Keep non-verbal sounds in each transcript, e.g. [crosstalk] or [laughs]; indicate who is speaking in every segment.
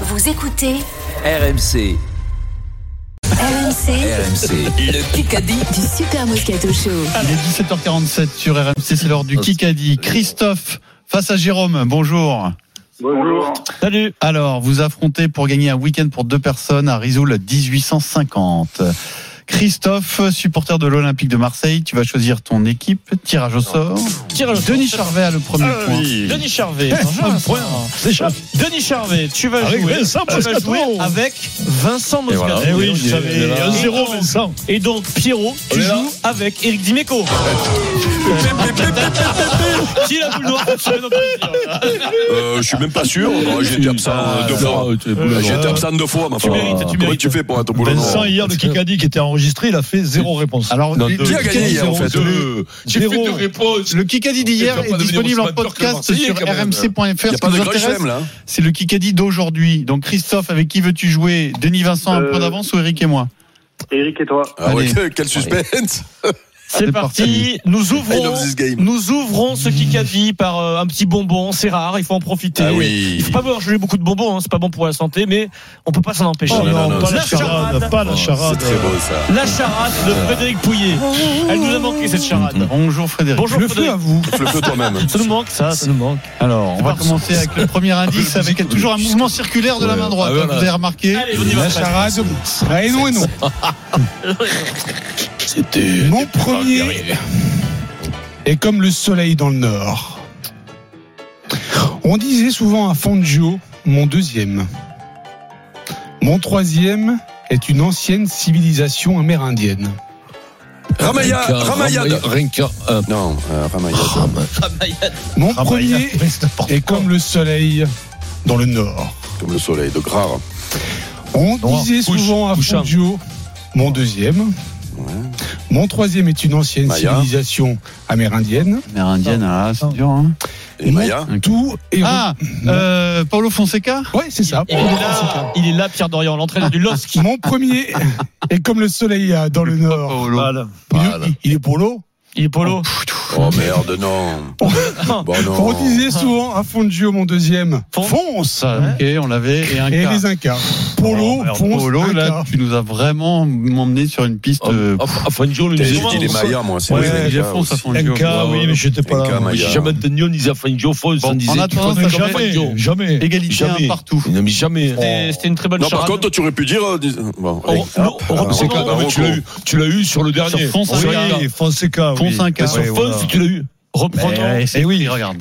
Speaker 1: Vous écoutez
Speaker 2: RMC,
Speaker 1: RMC
Speaker 2: RMC, le Kikadi.
Speaker 1: du Super Moscato Show.
Speaker 3: Il est 17h47 sur RMC, c'est l'heure du Kikadi. Christophe face à Jérôme, bonjour.
Speaker 4: Bonjour.
Speaker 3: Salut. Alors, vous affrontez pour gagner un week-end pour deux personnes à Risoul 1850. Christophe, supporter de l'Olympique de Marseille, tu vas choisir ton équipe. Tirage au sort.
Speaker 5: Tirage au sort.
Speaker 3: Denis Charvet a le premier
Speaker 5: Ah
Speaker 3: point.
Speaker 5: oui. Denis Charvet.
Speaker 6: Eh,
Speaker 5: Bonjour, Vincent. Denis Charvet, tu vas
Speaker 6: Avec
Speaker 5: jouer.
Speaker 6: Vincent
Speaker 5: tu vas
Speaker 6: Moscato.
Speaker 5: jouer avec Vincent Moscato.
Speaker 6: voilà. Eh oui, je savais.
Speaker 5: Et donc-
Speaker 6: Un zéro,
Speaker 5: Vincent. Et donc Pierrot,
Speaker 6: On
Speaker 5: tu
Speaker 6: est Oh là.
Speaker 5: joues avec Eric Dimeco. Qui est la boule noire Tu vas nous dire.
Speaker 6: Euh, je suis même pas sûr. Moi, J'ai été absent euh, deux fois. J'ai été absent deux fois, ma femme.
Speaker 5: mérites, tu
Speaker 6: Comment
Speaker 5: mérites.
Speaker 6: tu fais pour être au boulot
Speaker 7: Vincent, hier, le Kikadi qui était enregistré, il a fait zéro réponse.
Speaker 3: Alors,
Speaker 6: Non,
Speaker 3: le-
Speaker 6: Qui a gagné hier, en fait
Speaker 8: J'ai fait
Speaker 7: Zéro.
Speaker 8: deux réponses.
Speaker 3: le Kikadi
Speaker 8: Tu
Speaker 3: d'hier
Speaker 8: vas pas
Speaker 3: est
Speaker 8: devenir
Speaker 3: disponible en
Speaker 8: Ousmane Turc, le
Speaker 3: podcast
Speaker 8: Marseillais,
Speaker 3: sur
Speaker 8: quand même.
Speaker 3: rmc.fr.
Speaker 6: Il n'y
Speaker 3: Ce
Speaker 6: a pas
Speaker 3: qui
Speaker 6: de
Speaker 3: nous
Speaker 6: grand
Speaker 3: intéresse,
Speaker 6: chelem, là.
Speaker 3: c'est le Kikadi d'aujourd'hui. Donc, Christophe, avec qui veux-tu jouer Denis Vincent, un
Speaker 4: Euh,
Speaker 3: point d'avance ou Eric et moi
Speaker 4: Eric et toi.
Speaker 6: Ah ouais, [laughs]
Speaker 3: Allez.
Speaker 6: que- quel suspense.
Speaker 3: C'est
Speaker 5: C'est parti. Nous
Speaker 6: I
Speaker 5: ouvrons.
Speaker 6: love this game.
Speaker 5: Nous ouvrons ce Kikadi par euh, un petit bonbon. C'est rare, il faut en profiter.
Speaker 6: Ah oui.
Speaker 5: Il faut pas boire j'ai eu beaucoup de bonbons, hein, c'est pas bon pour la santé, mais on peut pas s'en empêcher.
Speaker 7: Oh non, pas la
Speaker 5: La charade.
Speaker 7: charade, pas la
Speaker 6: C'est
Speaker 7: charade.
Speaker 6: très beau, ça.
Speaker 5: La charade de Frédéric Pouillet. Elle nous a manqué cette charade.
Speaker 3: Bonjour Frédéric.
Speaker 5: Bonjour
Speaker 7: Le feu
Speaker 5: Frédéric.
Speaker 7: à vous.
Speaker 6: Le feu toi-même.
Speaker 5: Ça nous manque, ça, ça nous manque.
Speaker 3: Alors, on va commencer avec le premier indice, avec toujours un mouvement circulaire de la main droite, comme vous avez remarqué.
Speaker 5: Allez, on y
Speaker 3: [laughs]
Speaker 5: va.
Speaker 7: La charade. Ah, et non, et [laughs] non. Mon premier est comme le soleil dans le nord. On disait souvent à Fangio, mon deuxième. Mon troisième est une ancienne civilisation amérindienne.
Speaker 6: Ramayad. Ramayad.
Speaker 9: Rinka,
Speaker 6: Non, euh, Ramayad.
Speaker 7: Mon premier est comme le soleil dans le nord.
Speaker 6: Comme le soleil de Grar.
Speaker 7: On
Speaker 5: Noir.
Speaker 7: disait
Speaker 5: Couche.
Speaker 7: souvent à
Speaker 5: Couchard.
Speaker 7: Fangio, mon deuxième. Mon troisième est une ancienne
Speaker 6: Maya.
Speaker 7: civilisation amérindienne.
Speaker 3: Amérindienne, ah, c'est dur. Hein.
Speaker 6: Et
Speaker 7: Mon
Speaker 6: Maya.
Speaker 7: Tout est.
Speaker 3: Ah, euh, Paulo Fonseca
Speaker 7: ouais, c'est ça.
Speaker 5: Il est là, il est là, Pierre Dorian, l'entraîneur du LOSC.
Speaker 7: Mon premier est comme le soleil euh, dans le nord.
Speaker 5: Voilà.
Speaker 7: Il, est- il est pour l'eau.
Speaker 5: Il est polo.
Speaker 6: Oh merde, non. Bon,
Speaker 7: On
Speaker 6: non.
Speaker 7: disait souvent à Fangio, mon deuxième.
Speaker 5: Fon-
Speaker 7: Fonce
Speaker 3: Ça, Ah, ok, on l'avait. Et un
Speaker 7: Et
Speaker 3: cas.
Speaker 7: les Incas. Polo,
Speaker 3: Alors,
Speaker 7: fonce,
Speaker 3: Paulo, là,
Speaker 7: Inca.
Speaker 3: tu nous as vraiment emmené sur une
Speaker 5: Oh,
Speaker 3: piste. euh,
Speaker 9: Fangio, le
Speaker 6: J'ai
Speaker 9: disait.
Speaker 6: dit les Mayas, moi. c'est
Speaker 3: ouais,
Speaker 6: les Mayas
Speaker 3: j'ai fond, ça
Speaker 6: aussi.
Speaker 3: fond le jeu.
Speaker 9: oui, mais
Speaker 7: j'étais
Speaker 6: pas là. Inca, Maya.
Speaker 9: J'ai jamais entendu, on disait Fangio, Fons,
Speaker 3: Bon,
Speaker 9: on disait.
Speaker 3: en attendant,
Speaker 9: tu vois,
Speaker 3: ça
Speaker 9: jamais,
Speaker 3: jamais.
Speaker 9: jamais.
Speaker 3: Égalité
Speaker 9: Jamais.
Speaker 3: un partout.
Speaker 9: Il n'a mis jamais.
Speaker 5: C'était c'était une très bonne
Speaker 6: Non, par
Speaker 5: charade.
Speaker 6: contre, toi, tu aurais pu dire. euh, dis- Bon,
Speaker 9: Oh,
Speaker 6: allez,
Speaker 9: oh, non,
Speaker 6: hop.
Speaker 9: oh,
Speaker 6: Ah,
Speaker 9: Fonseca,
Speaker 6: Rocco,
Speaker 9: non, mais tu l'as
Speaker 6: Rocco.
Speaker 9: eu, tu l'as eu sur le dernier.
Speaker 3: Sur Fonse,
Speaker 9: Sur
Speaker 3: Inca.
Speaker 9: Inca.
Speaker 7: Fonseca.
Speaker 3: Fonce un cas.
Speaker 9: Sur
Speaker 3: Ouais,
Speaker 9: Fonse, tu l'as eu.
Speaker 5: Reprenons,
Speaker 3: Eh, Ah, c'est écrit, regarde.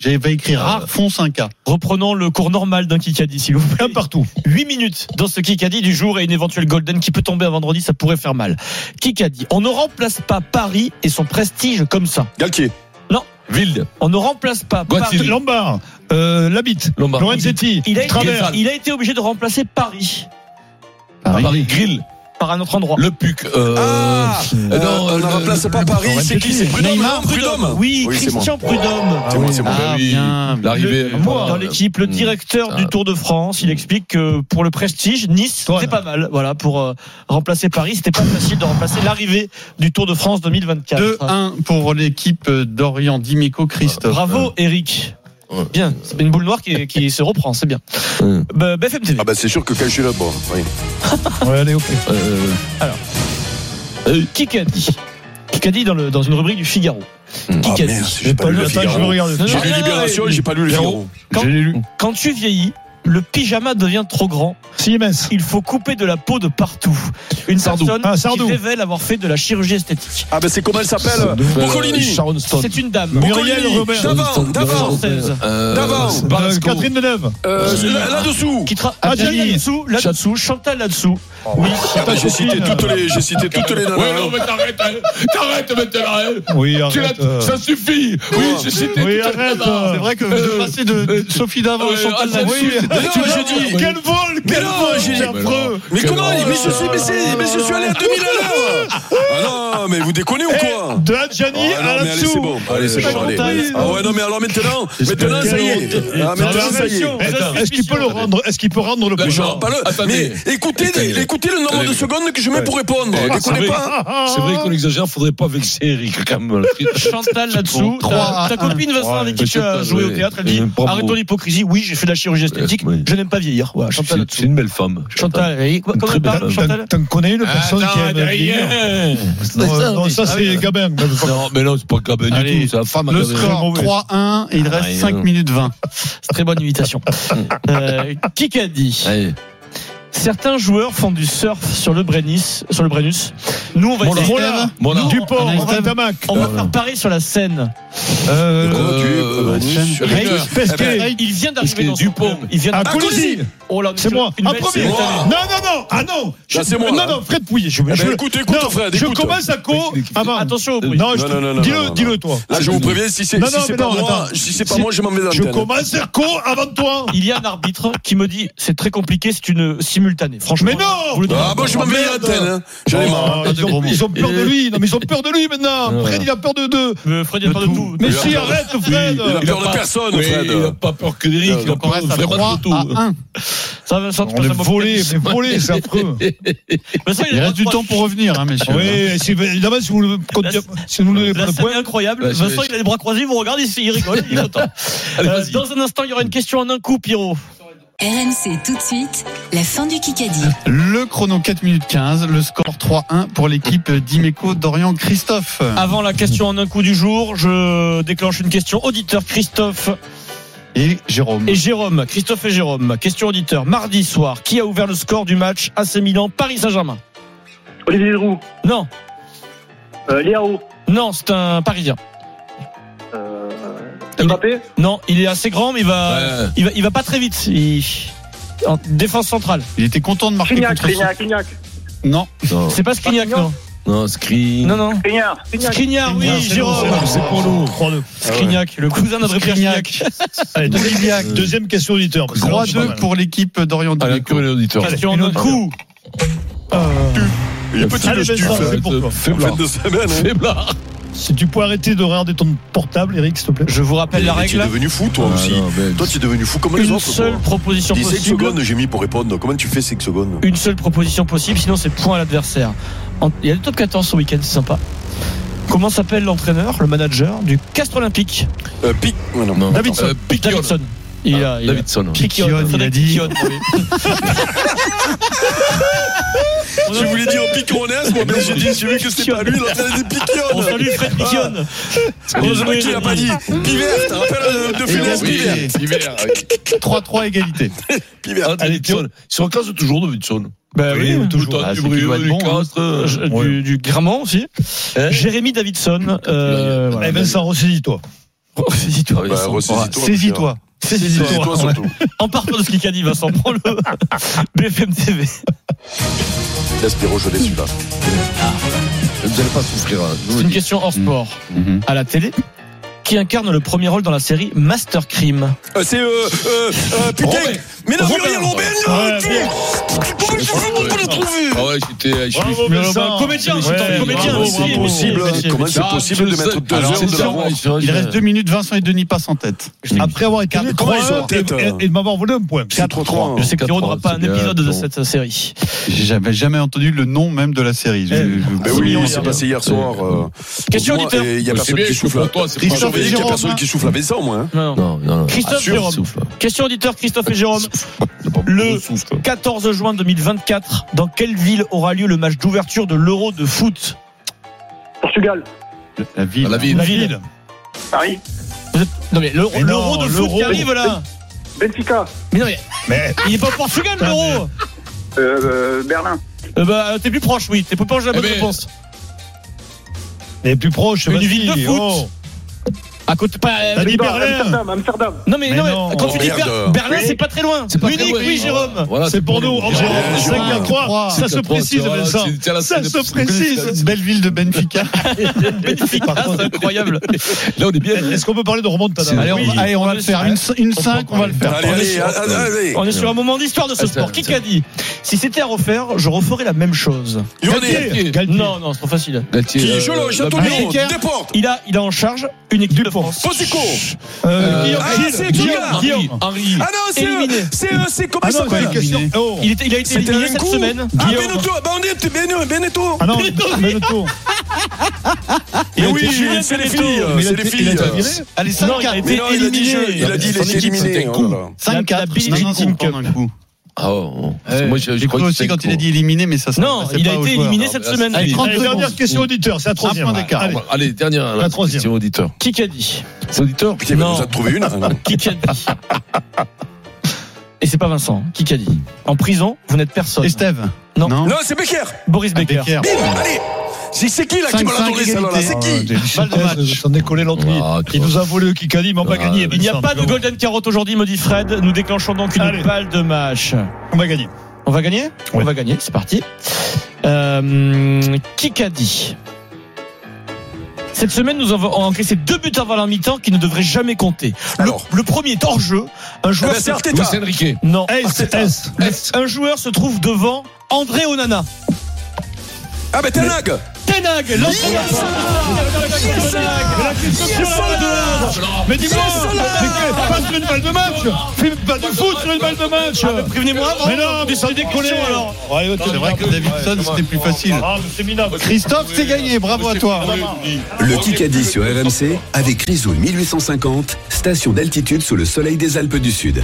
Speaker 3: J'avais écrit euh, rare fonce un cas.
Speaker 5: reprenons le cours normal d'un Kikadi, s'il vous plaît.
Speaker 7: Un partout.
Speaker 5: 8 minutes dans ce Kikadi du jour et une éventuelle Golden qui peut tomber un vendredi, ça pourrait faire mal. Kikadi, on ne remplace pas Paris et son prestige comme ça.
Speaker 6: Galtier.
Speaker 9: Wilde,
Speaker 5: On ne remplace pas
Speaker 9: Guattari.
Speaker 5: Paris.
Speaker 7: Lombard. Euh, Labite.
Speaker 9: Lombard.
Speaker 7: Lorenzetti.
Speaker 5: Il a, été,
Speaker 9: Travers.
Speaker 5: il a été obligé de remplacer Paris
Speaker 9: Paris. Grill,
Speaker 5: par un autre endroit.
Speaker 9: Le Puc. euh,
Speaker 6: Ah
Speaker 9: euh,
Speaker 6: Euh, on ne
Speaker 9: le-
Speaker 6: remplace pas Paris, c'est qui C'est Prudhomme
Speaker 3: Neymar,
Speaker 6: hein, Prudhomme
Speaker 5: Oui,
Speaker 6: Oui, c'est moi.
Speaker 5: Christian Prudhomme.
Speaker 6: C'est moi, c'est moi.
Speaker 3: Ah,
Speaker 9: bah oui.
Speaker 3: bien.
Speaker 9: L'arrivée.
Speaker 6: euh,
Speaker 5: Le- dans l'équipe, le directeur
Speaker 9: Ah.
Speaker 5: du Tour de France,
Speaker 6: Mm.
Speaker 5: il explique que pour le prestige, Nice,
Speaker 6: hein.
Speaker 5: c'était pas mal. Voilà, pour euh, remplacer Paris, c'était pas facile de remplacer l'arrivée du Tour de France 2024.
Speaker 3: 2-1 pour l'équipe d'Orient Dimeco Christophe.
Speaker 5: Bravo, Eric.
Speaker 9: Ouais.
Speaker 5: Bien, c'est une boule noire qui, qui se reprend, c'est bien.
Speaker 9: Ouais.
Speaker 5: Bah, BFM TV.
Speaker 6: Ah bah c'est sûr que quand je suis là, bon, oui.
Speaker 7: Ouais, allez, ok.
Speaker 9: Euh,
Speaker 6: Ah,
Speaker 5: Kikadi. Kikadi dans, le, dans une rubrique du Figaro.
Speaker 6: Ah
Speaker 5: Kikadi.
Speaker 6: merde, j'ai pas lu le Figaro.
Speaker 7: regarder.
Speaker 5: Non, non,
Speaker 6: J'ai
Speaker 5: non,
Speaker 6: lu
Speaker 5: non,
Speaker 6: Libération,
Speaker 5: non,
Speaker 6: et j'ai pas lu le
Speaker 5: Figaro.
Speaker 6: Figaro.
Speaker 5: Quand-
Speaker 3: Je l'ai lu.
Speaker 5: Quand tu vieillis, le pyjama devient trop grand.
Speaker 7: CMS.
Speaker 5: Il faut couper de la peau de partout. Une personne
Speaker 7: Ah, Sardou.
Speaker 5: qui révèle avoir fait de la chirurgie esthétique.
Speaker 6: Ah bah c'est comment elle s'appelle Boccolini.
Speaker 9: euh, Sharon Stone.
Speaker 5: C'est une dame.
Speaker 6: Boccolini,
Speaker 7: Robert.
Speaker 6: d'avant, d'avant,
Speaker 5: Française.
Speaker 9: Euh,
Speaker 6: D'avant.
Speaker 9: Barrasco.
Speaker 7: Catherine Deneuve.
Speaker 6: euh, là- là-dessous.
Speaker 5: Qui tra-
Speaker 7: Ah,
Speaker 5: Adèle
Speaker 7: Janine.
Speaker 5: là-dessous, là-dessous, Chantal là-dessous. Oui,
Speaker 6: Ah bah, j'ai cité toutes les, j'ai cité toutes les nanas.
Speaker 8: Ouais, non, mais t'arrêtes, hein. t'arrêtes maintenant. hein.
Speaker 7: Oui,
Speaker 8: Tu l'as-
Speaker 7: arrête. euh,
Speaker 8: Ça suffit. Oui, j'ai cité
Speaker 7: Oui,
Speaker 8: toutes les
Speaker 7: arrête,
Speaker 9: Ah, bah.
Speaker 8: nanas.
Speaker 3: C'est vrai que de passer de Sophie Davant à
Speaker 8: Euh,
Speaker 3: Chantal
Speaker 8: ah,
Speaker 3: là-dessus,
Speaker 8: oui.
Speaker 6: Mais non, mais j'ai dit.
Speaker 7: Quel vol
Speaker 6: Mais
Speaker 7: Quel
Speaker 6: non,
Speaker 7: vol
Speaker 6: j'ai-
Speaker 7: quel
Speaker 9: Mais
Speaker 7: vol.
Speaker 9: non.
Speaker 6: Mais
Speaker 9: Quel
Speaker 6: comment
Speaker 9: horreur.
Speaker 6: Mais je suis, mais c'est, mais je suis [laughs] allé à 2000 à l'heure. Ah non, mais vous déconnez ou quoi
Speaker 7: Eh, De Adjani
Speaker 6: ah non,
Speaker 7: à
Speaker 6: mais allez, c'est
Speaker 7: Latsou.
Speaker 6: bon. Allez, c'est bon, allez.
Speaker 7: Chantal.
Speaker 6: Ah ouais, non, mais alors maintenant, maintenant, ça y est. Ah, maintenant, ça y est.
Speaker 7: Est-ce qu'il peut le rendre Est-ce qu'il peut rendre le
Speaker 8: La
Speaker 7: prix
Speaker 8: Jean-
Speaker 6: Pas le-
Speaker 8: Attendez.
Speaker 6: Mais écoutez,
Speaker 9: Attendez.
Speaker 6: écoutez, écoutez le nombre de secondes que je mets pour répondre.
Speaker 9: Ouais.
Speaker 6: Déconnez
Speaker 9: C'est
Speaker 6: pas.
Speaker 9: C'est vrai qu'on exagère, faudrait pas vexer Eric quand même.
Speaker 5: Chantal là-dessous.
Speaker 3: Trois
Speaker 5: Ta,
Speaker 3: à
Speaker 5: ta
Speaker 3: un.
Speaker 5: copine Vincent
Speaker 9: Ouais,
Speaker 5: avec qui tu
Speaker 9: Chantal,
Speaker 5: as joué euh, au
Speaker 9: ouais.
Speaker 5: théâtre, elle
Speaker 9: Et
Speaker 5: dit
Speaker 9: un bravo.
Speaker 5: arrête ton hypocrisie. Oui, j'ai fait de la chirurgie esthétique.
Speaker 9: Ouais, oui.
Speaker 5: Je n'aime pas vieillir. Voilà, Chantal
Speaker 9: C'est c'est
Speaker 5: là-dessous.
Speaker 9: une belle femme.
Speaker 5: Chantal, elle dit-
Speaker 9: Une
Speaker 5: comment
Speaker 9: très
Speaker 5: elle
Speaker 9: belle
Speaker 5: parle
Speaker 9: femme.
Speaker 5: Chantal
Speaker 10: T'en connais une personne qui aime vieillir
Speaker 9: derrière.
Speaker 10: Non, non, ça
Speaker 5: Ah oui.
Speaker 10: c'est Gabin.
Speaker 9: Non, mais non, c'est pas Gabin
Speaker 3: Allez,
Speaker 9: du tout, c'est la femme à
Speaker 3: Le
Speaker 9: Gabin.
Speaker 3: score 3-1 et il
Speaker 9: Ah,
Speaker 3: reste
Speaker 9: il-
Speaker 3: 5 minutes 20.
Speaker 5: C'est très bonne imitation. euh, qui qu'a dit
Speaker 9: Allez.
Speaker 5: Certains joueurs font du surf sur le Brennus. Sur le Brennus. Nous, on va
Speaker 9: Mollard.
Speaker 5: essayer-
Speaker 9: Mollard. Mollard.
Speaker 10: Dupont,
Speaker 3: Anaïs Tab-
Speaker 10: Rentamac,
Speaker 5: On va faire pareil sur la Seine.
Speaker 10: euh,
Speaker 9: Euh,
Speaker 6: Connu,
Speaker 5: Ray-
Speaker 6: connu.
Speaker 10: Pesquet,
Speaker 5: Il vient
Speaker 9: Parce que
Speaker 5: d'arriver dans son
Speaker 9: Dupont.
Speaker 5: club. Il vient
Speaker 10: à
Speaker 5: d'arriver-
Speaker 10: Colisy.
Speaker 5: Oh là,
Speaker 10: Ah, C'est
Speaker 5: monsieur,
Speaker 10: moi,
Speaker 5: une
Speaker 10: en
Speaker 5: belle
Speaker 10: premier.
Speaker 5: série.
Speaker 10: Non, non, non, ah non, je,
Speaker 6: Là, c'est moi,
Speaker 10: non,
Speaker 6: là.
Speaker 10: non, Fred Pouillet, je,
Speaker 6: Eh
Speaker 10: je-
Speaker 6: ben, écoute, écoute,
Speaker 10: non,
Speaker 6: Fred,
Speaker 10: je
Speaker 6: écoute.
Speaker 10: commence à co, avant.
Speaker 5: Attention au bruit.
Speaker 10: non, je-
Speaker 6: Non, non, non, non, non,
Speaker 10: dis-le,
Speaker 6: non.
Speaker 10: dis-le toi.
Speaker 6: Là, je vous préviens, si c'est
Speaker 10: Non,
Speaker 6: si
Speaker 10: non,
Speaker 6: c'est
Speaker 10: mais
Speaker 6: pas
Speaker 10: non,
Speaker 6: moi,
Speaker 10: attends.
Speaker 6: si c'est pas moi, je m'en vais dans
Speaker 10: Je commence à co avant toi.
Speaker 5: Il y a un arbitre qui me dit c'est très compliqué, c'est une simultanée. Franchement. hein,
Speaker 10: Mais non
Speaker 5: vous le dites.
Speaker 6: Ah, bon, je m'en vais à l'antenne. hein. J'en ai marre.
Speaker 10: Oh, ils, ont, ils ont peur de lui, non mais ils ont peur de lui maintenant. Fred il a peur de deux.
Speaker 5: Euh, Fred, il y a pas de tout.
Speaker 10: Mais
Speaker 6: Il a
Speaker 10: si
Speaker 6: peur.
Speaker 10: arrête Fred.
Speaker 6: Il a peur de personne,
Speaker 9: Mais
Speaker 6: Fred.
Speaker 9: il n'a pas peur que d'Eric, il a
Speaker 3: Donc on
Speaker 9: peur
Speaker 3: reste
Speaker 9: de
Speaker 3: à 3
Speaker 9: vraiment de tout.
Speaker 3: à 1.
Speaker 5: Ça, Vincent, tu
Speaker 10: On
Speaker 5: passes
Speaker 10: est
Speaker 5: un moment
Speaker 10: volé,
Speaker 5: de-
Speaker 10: mais volé, c'est affreux.
Speaker 5: [laughs] Vincent, il
Speaker 3: Il
Speaker 5: a
Speaker 3: reste du
Speaker 5: droit
Speaker 3: temps pour revenir, hein, messieurs.
Speaker 10: Oui, si, évidemment, si vous ne si vous ne donnez pas
Speaker 5: La
Speaker 10: le
Speaker 5: scène est
Speaker 10: point.
Speaker 5: incroyable.
Speaker 9: Ouais, je-
Speaker 5: Vincent, il a les bras croisés, il vous regarde, il, il rigole, il
Speaker 10: [laughs]
Speaker 5: est content.
Speaker 9: Allez,
Speaker 5: Euh,
Speaker 9: vas-y.
Speaker 5: dans un instant, il y aura une question en un coup, Pierrot.
Speaker 1: RMC tout de suite, la fin du Kikadi.
Speaker 3: Le chrono 4 minutes 15, le score 3-1 pour l'équipe d'Imeco d'Orient Christophe.
Speaker 5: Avant la question en un coup du jour, je déclenche une question auditeur Christophe
Speaker 3: Et Jérôme.
Speaker 5: et Jérôme. Christophe et Jérôme. Question auditeur. Mardi soir, qui a ouvert le score du match AC Milan Paris Saint-Germain
Speaker 4: Olivier Giroud,
Speaker 5: Non,
Speaker 4: euh, Léao,
Speaker 5: non, c'est un Parisien.
Speaker 4: euh,
Speaker 5: Il-
Speaker 4: Mbappé,
Speaker 5: Non, il est assez grand, mais il va,
Speaker 9: Ouais.
Speaker 5: il va, il va pas très vite. Il- En défense centrale.
Speaker 3: Il était content de marquer
Speaker 4: Crignac,
Speaker 3: contre
Speaker 4: Crignac, Crignac,
Speaker 3: son- Non,
Speaker 9: Non,
Speaker 5: C'est pas Skriniar, non
Speaker 9: non, Screen.
Speaker 5: Non, non.
Speaker 4: Crignac, Crignac.
Speaker 5: Skriniar, oui,
Speaker 10: Skriniar, c'est
Speaker 5: Jérôme.
Speaker 10: bon, c'est bon, c'est bon.
Speaker 5: 3-2. Skriniak, le cousin d'André Pierre
Speaker 3: Skriniak.
Speaker 5: Skriniak.
Speaker 10: Allez, deuxième, deuxième question auditeur.
Speaker 3: 3-2 pour l'équipe d'Orient
Speaker 9: À la queue,
Speaker 3: d'Imeco.
Speaker 9: l'auditeur.
Speaker 5: Question en un coup.
Speaker 3: [laughs]
Speaker 6: Il est petit le
Speaker 10: Allez,
Speaker 6: stuff.
Speaker 10: Vincent, c'est pour toi.
Speaker 6: Fin
Speaker 9: Faiblard.
Speaker 6: de semaine. hein.
Speaker 9: Faiblard.
Speaker 10: Si tu peux arrêter de regarder ton portable, Eric, s'il te plaît.
Speaker 5: Je vous rappelle la
Speaker 6: Mais Tu es
Speaker 5: règle.
Speaker 6: devenu fou, toi aussi. Toi, tu es devenu fou comme les
Speaker 5: Une
Speaker 6: autres.
Speaker 5: seule
Speaker 6: toi.
Speaker 5: proposition
Speaker 6: 17
Speaker 5: possible.
Speaker 6: secondes, j'ai mis pour répondre. Comment tu fais 5 secondes
Speaker 5: Une seule proposition possible, sinon c'est point à l'adversaire. En- Il y a le top 14 ce week-end, c'est sympa. Comment s'appelle l'entraîneur, le manager du Castre Olympique
Speaker 6: Euh, Pic. ouais, non.
Speaker 9: Non,
Speaker 5: Davidson.
Speaker 9: euh, Piquion.
Speaker 5: Davidson. Il a, il a-
Speaker 9: Davidson.
Speaker 5: Piquion,
Speaker 3: Piquion, il
Speaker 5: Frédéric
Speaker 3: a dit.
Speaker 5: Piquion, oui. On a-
Speaker 6: Je voulais dire Piquonès, moi, mais j'ai dit, j'ai vu que c'était pas lui, l'entraîneur des
Speaker 5: On
Speaker 6: [laughs] Piquion.
Speaker 5: salue Fred Piquion.
Speaker 6: Heureusement qu'il a pas dit. Pivert, rappelle de Funès,
Speaker 3: oui.
Speaker 6: Pivert.
Speaker 3: Et-
Speaker 10: [laughs]
Speaker 3: 3-3 égalité.
Speaker 6: Pivert.
Speaker 9: Allez, Davidson. Si on casse toujours Davidson.
Speaker 5: Ben oui,
Speaker 9: toujours.
Speaker 3: Ah,
Speaker 9: du
Speaker 3: c'est qu'il doit
Speaker 9: bruit,
Speaker 3: être
Speaker 9: du
Speaker 3: bon, hein.
Speaker 9: castre. euh,
Speaker 5: Je-
Speaker 9: ouais.
Speaker 5: du, du Grammont aussi.
Speaker 9: Hein
Speaker 5: Jérémy Davidson. euh, voilà.
Speaker 10: Allez, Vincent, ressaisis-toi.
Speaker 5: Saisis-toi.
Speaker 6: Bah, ressaisis-toi,
Speaker 3: Saisis-toi.
Speaker 5: Saisis-toi.
Speaker 6: Pivert. Toi, surtout.
Speaker 5: En partant de ce qu'il a dit, Vincent, prends [laughs] le BFM TV.
Speaker 6: Laisse Pierrot, je l'ai celui-là.
Speaker 9: Vous n'allez pas souffrir. hein, je vous
Speaker 5: C'est
Speaker 9: le
Speaker 5: une
Speaker 9: dis.
Speaker 5: question hors sport.
Speaker 3: Mhm.
Speaker 5: À la télé, qui incarne le premier rôle dans la série Master Crime
Speaker 6: Euh, C'est euh, euh, euh, putain. Mais non, Muriel Robin, non, tu- Comment je fais pour le trouver
Speaker 9: Ah ouais, j'étais. je suis-
Speaker 5: Vincent. Comédien, c'est un comédien
Speaker 6: Comment
Speaker 5: aussi,
Speaker 6: c'est
Speaker 5: mais-
Speaker 6: possible
Speaker 5: mais-
Speaker 6: Comment c'est
Speaker 9: Ah,
Speaker 6: possible de
Speaker 9: je
Speaker 6: mettre
Speaker 9: sais.
Speaker 6: deux
Speaker 9: Alors,
Speaker 6: heures
Speaker 9: c'est
Speaker 6: de
Speaker 9: ça,
Speaker 6: l'avoir
Speaker 9: ouais, je-
Speaker 3: Il
Speaker 9: je-
Speaker 3: reste 2 minutes, Vincent et Denis passent en tête.
Speaker 10: Après avoir écarté
Speaker 6: Comment ils sont en
Speaker 10: 3 et,
Speaker 6: tête, hein
Speaker 10: et, et de m'avoir volé un point.
Speaker 6: Quatre, trois, hein.
Speaker 5: Je sais que Pierrot
Speaker 9: Quatre,
Speaker 5: n'aura pas un
Speaker 9: c'est bien,
Speaker 5: épisode de
Speaker 9: bon.
Speaker 5: cette série.
Speaker 3: J'ai jamais, jamais entendu le nom même de la série. Je- je-
Speaker 6: Ben
Speaker 3: c'est
Speaker 6: oui,
Speaker 3: mignon,
Speaker 6: c'est
Speaker 3: hier.
Speaker 6: passé hier soir. euh,
Speaker 5: Question
Speaker 6: dis-moi,
Speaker 5: auditeur.
Speaker 6: et Il y a
Speaker 9: C'est
Speaker 6: personne
Speaker 9: bien,
Speaker 6: qui
Speaker 9: je suis
Speaker 6: souffle.
Speaker 9: pour toi. c'est pas-
Speaker 3: Christophe
Speaker 6: Surveillez qu'il y a
Speaker 3: Jérôme,
Speaker 6: personne
Speaker 3: hein.
Speaker 6: qui souffle à Vincent, moi. hein.
Speaker 5: Non, non.
Speaker 9: Non, non, non.
Speaker 5: Christophe
Speaker 9: Assure,
Speaker 5: Jérôme.
Speaker 9: souffle.
Speaker 5: Question auditeur Christophe et Jérôme.
Speaker 9: Il a pas beaucoup
Speaker 5: Le-
Speaker 9: de souffle.
Speaker 5: 14 juin 2024, dans quelle ville aura lieu le match d'ouverture de l'Euro de foot
Speaker 4: Portugal,
Speaker 3: La ville.
Speaker 9: À la ville.
Speaker 5: La ville.
Speaker 4: Paris,
Speaker 5: Vous êtes- Non mais l'Euro
Speaker 10: Mais non,
Speaker 5: l'Euro de foot
Speaker 10: l'Euro.
Speaker 5: qui arrive là.
Speaker 4: Benfica,
Speaker 5: Mais non mais, il est pas au Portugal l'Euro.
Speaker 4: euh, euh, Berlin,
Speaker 5: Euh, bah t'es plus proche, oui. T'es plus proche de la
Speaker 9: Eh
Speaker 5: bonne
Speaker 9: ben,
Speaker 5: réponse.
Speaker 10: Les plus proches,
Speaker 5: Une
Speaker 10: vas-y.
Speaker 5: ville de foot.
Speaker 10: Oh.
Speaker 5: À côté, pas, euh,
Speaker 10: T'as dit
Speaker 4: Amsterdam,
Speaker 10: Berlin.
Speaker 4: Amsterdam, Amsterdam.
Speaker 5: Non mais,
Speaker 10: Mais
Speaker 5: non, mais
Speaker 10: non.
Speaker 5: quand tu dis
Speaker 6: Merde.
Speaker 5: Ber- Berlin, c'est pas très loin.
Speaker 9: C'est pas très
Speaker 5: Munich,
Speaker 9: loin.
Speaker 5: oui, Jérôme.
Speaker 9: Voilà,
Speaker 10: C'est pour nous,
Speaker 9: nous.
Speaker 10: en Jérôme.
Speaker 9: Ouais,
Speaker 6: Jérôme.
Speaker 10: 5 à 3. Ça se
Speaker 9: Cinq à trois,
Speaker 10: précise,
Speaker 9: tu vois,
Speaker 10: Vincent.
Speaker 9: c'est- tiens, la
Speaker 10: Ça
Speaker 9: scène-
Speaker 10: se précise.
Speaker 3: Belle ville de Benfica.
Speaker 5: [laughs] Benfica, c'est incroyable.
Speaker 9: Là, on est bien.
Speaker 10: Est-ce qu'on peut parler de remontada
Speaker 3: Allez, on,
Speaker 5: Oui.
Speaker 3: allez, on va le faire. Une, une 5, on va le faire.
Speaker 6: Allez, allez, allez.
Speaker 5: On est sur un moment d'histoire de ce sport. Qui qu'a dit Si c'était à refaire, je referais la même chose.
Speaker 6: Galtier.
Speaker 9: Galtier.
Speaker 5: Non, non, c'est trop facile.
Speaker 9: Galtier,
Speaker 6: Qui
Speaker 9: euh,
Speaker 6: Je le
Speaker 9: la-
Speaker 6: château
Speaker 5: la-
Speaker 6: d'eau,
Speaker 5: Becker.
Speaker 6: déporte.
Speaker 5: Il a, il a en charge une équipe de France.
Speaker 6: Potico.
Speaker 5: Euh, Guillaume,
Speaker 6: ah,
Speaker 5: Gilles,
Speaker 6: c'est
Speaker 5: Guillaume,
Speaker 6: Guillaume.
Speaker 5: Guillaume.
Speaker 9: Henri.
Speaker 6: Ah non, c'est
Speaker 5: Éliminé.
Speaker 6: eux, c'est eux, c'est comment
Speaker 5: Ah
Speaker 6: il
Speaker 5: non,
Speaker 6: s'appelle
Speaker 5: quoi,
Speaker 3: Éliminé.
Speaker 5: Oh, il, était- il a été
Speaker 6: C'était
Speaker 5: éliminé
Speaker 6: un
Speaker 5: cette
Speaker 6: coup.
Speaker 5: semaine.
Speaker 6: Ah,
Speaker 5: Guillaume.
Speaker 6: Benotto, ah, bah on est Benotto, Benotto.
Speaker 5: Ah non, Benotto.
Speaker 6: Mais
Speaker 5: a
Speaker 6: oui,
Speaker 5: été viré,
Speaker 6: c'est les
Speaker 5: Benotto.
Speaker 6: filles,
Speaker 5: Mais
Speaker 6: c'est
Speaker 5: il a
Speaker 6: les
Speaker 5: été-
Speaker 6: filles.
Speaker 5: il a été viré.
Speaker 3: Allez,
Speaker 5: Non, il a
Speaker 3: 5-4.
Speaker 5: été
Speaker 6: Mais non, il a dit
Speaker 5: éliminé.
Speaker 6: je, il a dit il est éliminé. oh là là.
Speaker 5: la- la
Speaker 3: 5-4.
Speaker 5: Billie
Speaker 3: Non, non,
Speaker 5: Jean
Speaker 3: c'est
Speaker 5: Cook.
Speaker 3: pendant le coup.
Speaker 9: Ah, oh, oh.
Speaker 10: Eh,
Speaker 9: moi, je, je
Speaker 3: J'ai cru
Speaker 9: crois
Speaker 3: aussi quand il a dit éliminé, mais ça ça
Speaker 5: Non,
Speaker 3: passait
Speaker 5: il a
Speaker 3: pas aux
Speaker 5: été
Speaker 3: joueurs.
Speaker 5: éliminé
Speaker 9: Non,
Speaker 5: cette
Speaker 9: mais là,
Speaker 5: semaine.
Speaker 3: Allez, 30
Speaker 10: Allez, dernière
Speaker 3: secondes.
Speaker 10: question auditeur, c'est la
Speaker 3: Un
Speaker 10: troisième.
Speaker 3: point d'écart.
Speaker 10: Allez.
Speaker 9: Allez, dernière.
Speaker 10: La troisième.
Speaker 9: question auditeur.
Speaker 5: Qui qu'a dit
Speaker 9: C'est auditeur
Speaker 6: Putain, mais
Speaker 5: Non.
Speaker 6: vous en trouvez une. hein.
Speaker 5: Qui qu'a dit Et c'est pas Vincent. hein. Qui qu'a dit En prison, vous n'êtes personne.
Speaker 3: Estève
Speaker 5: Non.
Speaker 6: Non, c'est Becker.
Speaker 5: Boris Becker.
Speaker 3: Becker.
Speaker 6: Bim,
Speaker 5: Oh.
Speaker 6: allez. C'est c'est qui là qui me l'a
Speaker 3: 5-5
Speaker 6: donné celle-là là
Speaker 3: égalité.
Speaker 6: C'est qui
Speaker 3: Balle de match.
Speaker 10: J'en ai collé l'autre.
Speaker 9: Ah,
Speaker 10: Il
Speaker 9: toi.
Speaker 10: nous a volé le Kikadi, mais on va
Speaker 9: Ah,
Speaker 10: gagner.
Speaker 5: Il n'y a pas de golden carotte aujourd'hui, me dit Fred. Nous déclenchons donc une
Speaker 10: Allez.
Speaker 5: balle de match.
Speaker 10: On va gagner.
Speaker 5: On va gagner On
Speaker 10: Ouais.
Speaker 5: va gagner, c'est parti. Euh, qui qu'a dit cette semaine, nous avons encaissé deux buts avant la mi-temps qui ne devraient jamais compter. Le,
Speaker 6: Alors.
Speaker 5: le premier est hors jeu.
Speaker 10: Ah
Speaker 5: Un
Speaker 6: Eh
Speaker 5: joueur,
Speaker 6: ben, C'est
Speaker 5: se...
Speaker 6: Arteta.
Speaker 9: Luis Enrique.
Speaker 5: non, Ah,
Speaker 10: S, S.
Speaker 5: un joueur se trouve devant André Onana.
Speaker 6: Ah, ben Tenag.
Speaker 5: Tenag, l'entraîneur de Tenag.
Speaker 10: Mais dis-moi, mais que- pas sur une balle de match Fais une balle de foot sur une balle de match
Speaker 5: Prévenez-moi avant.
Speaker 10: Mais non, mais ça décollé
Speaker 5: question,
Speaker 10: alors
Speaker 3: C'est vrai que Davidson, c'était plus facile.
Speaker 10: Ah, mais c'est minable
Speaker 3: Christophe, c'est gagné. Bravo à toi.
Speaker 11: Le Kikadi sur RMC avec Rizou 1850, station d'altitude sous le soleil des Alpes du Sud.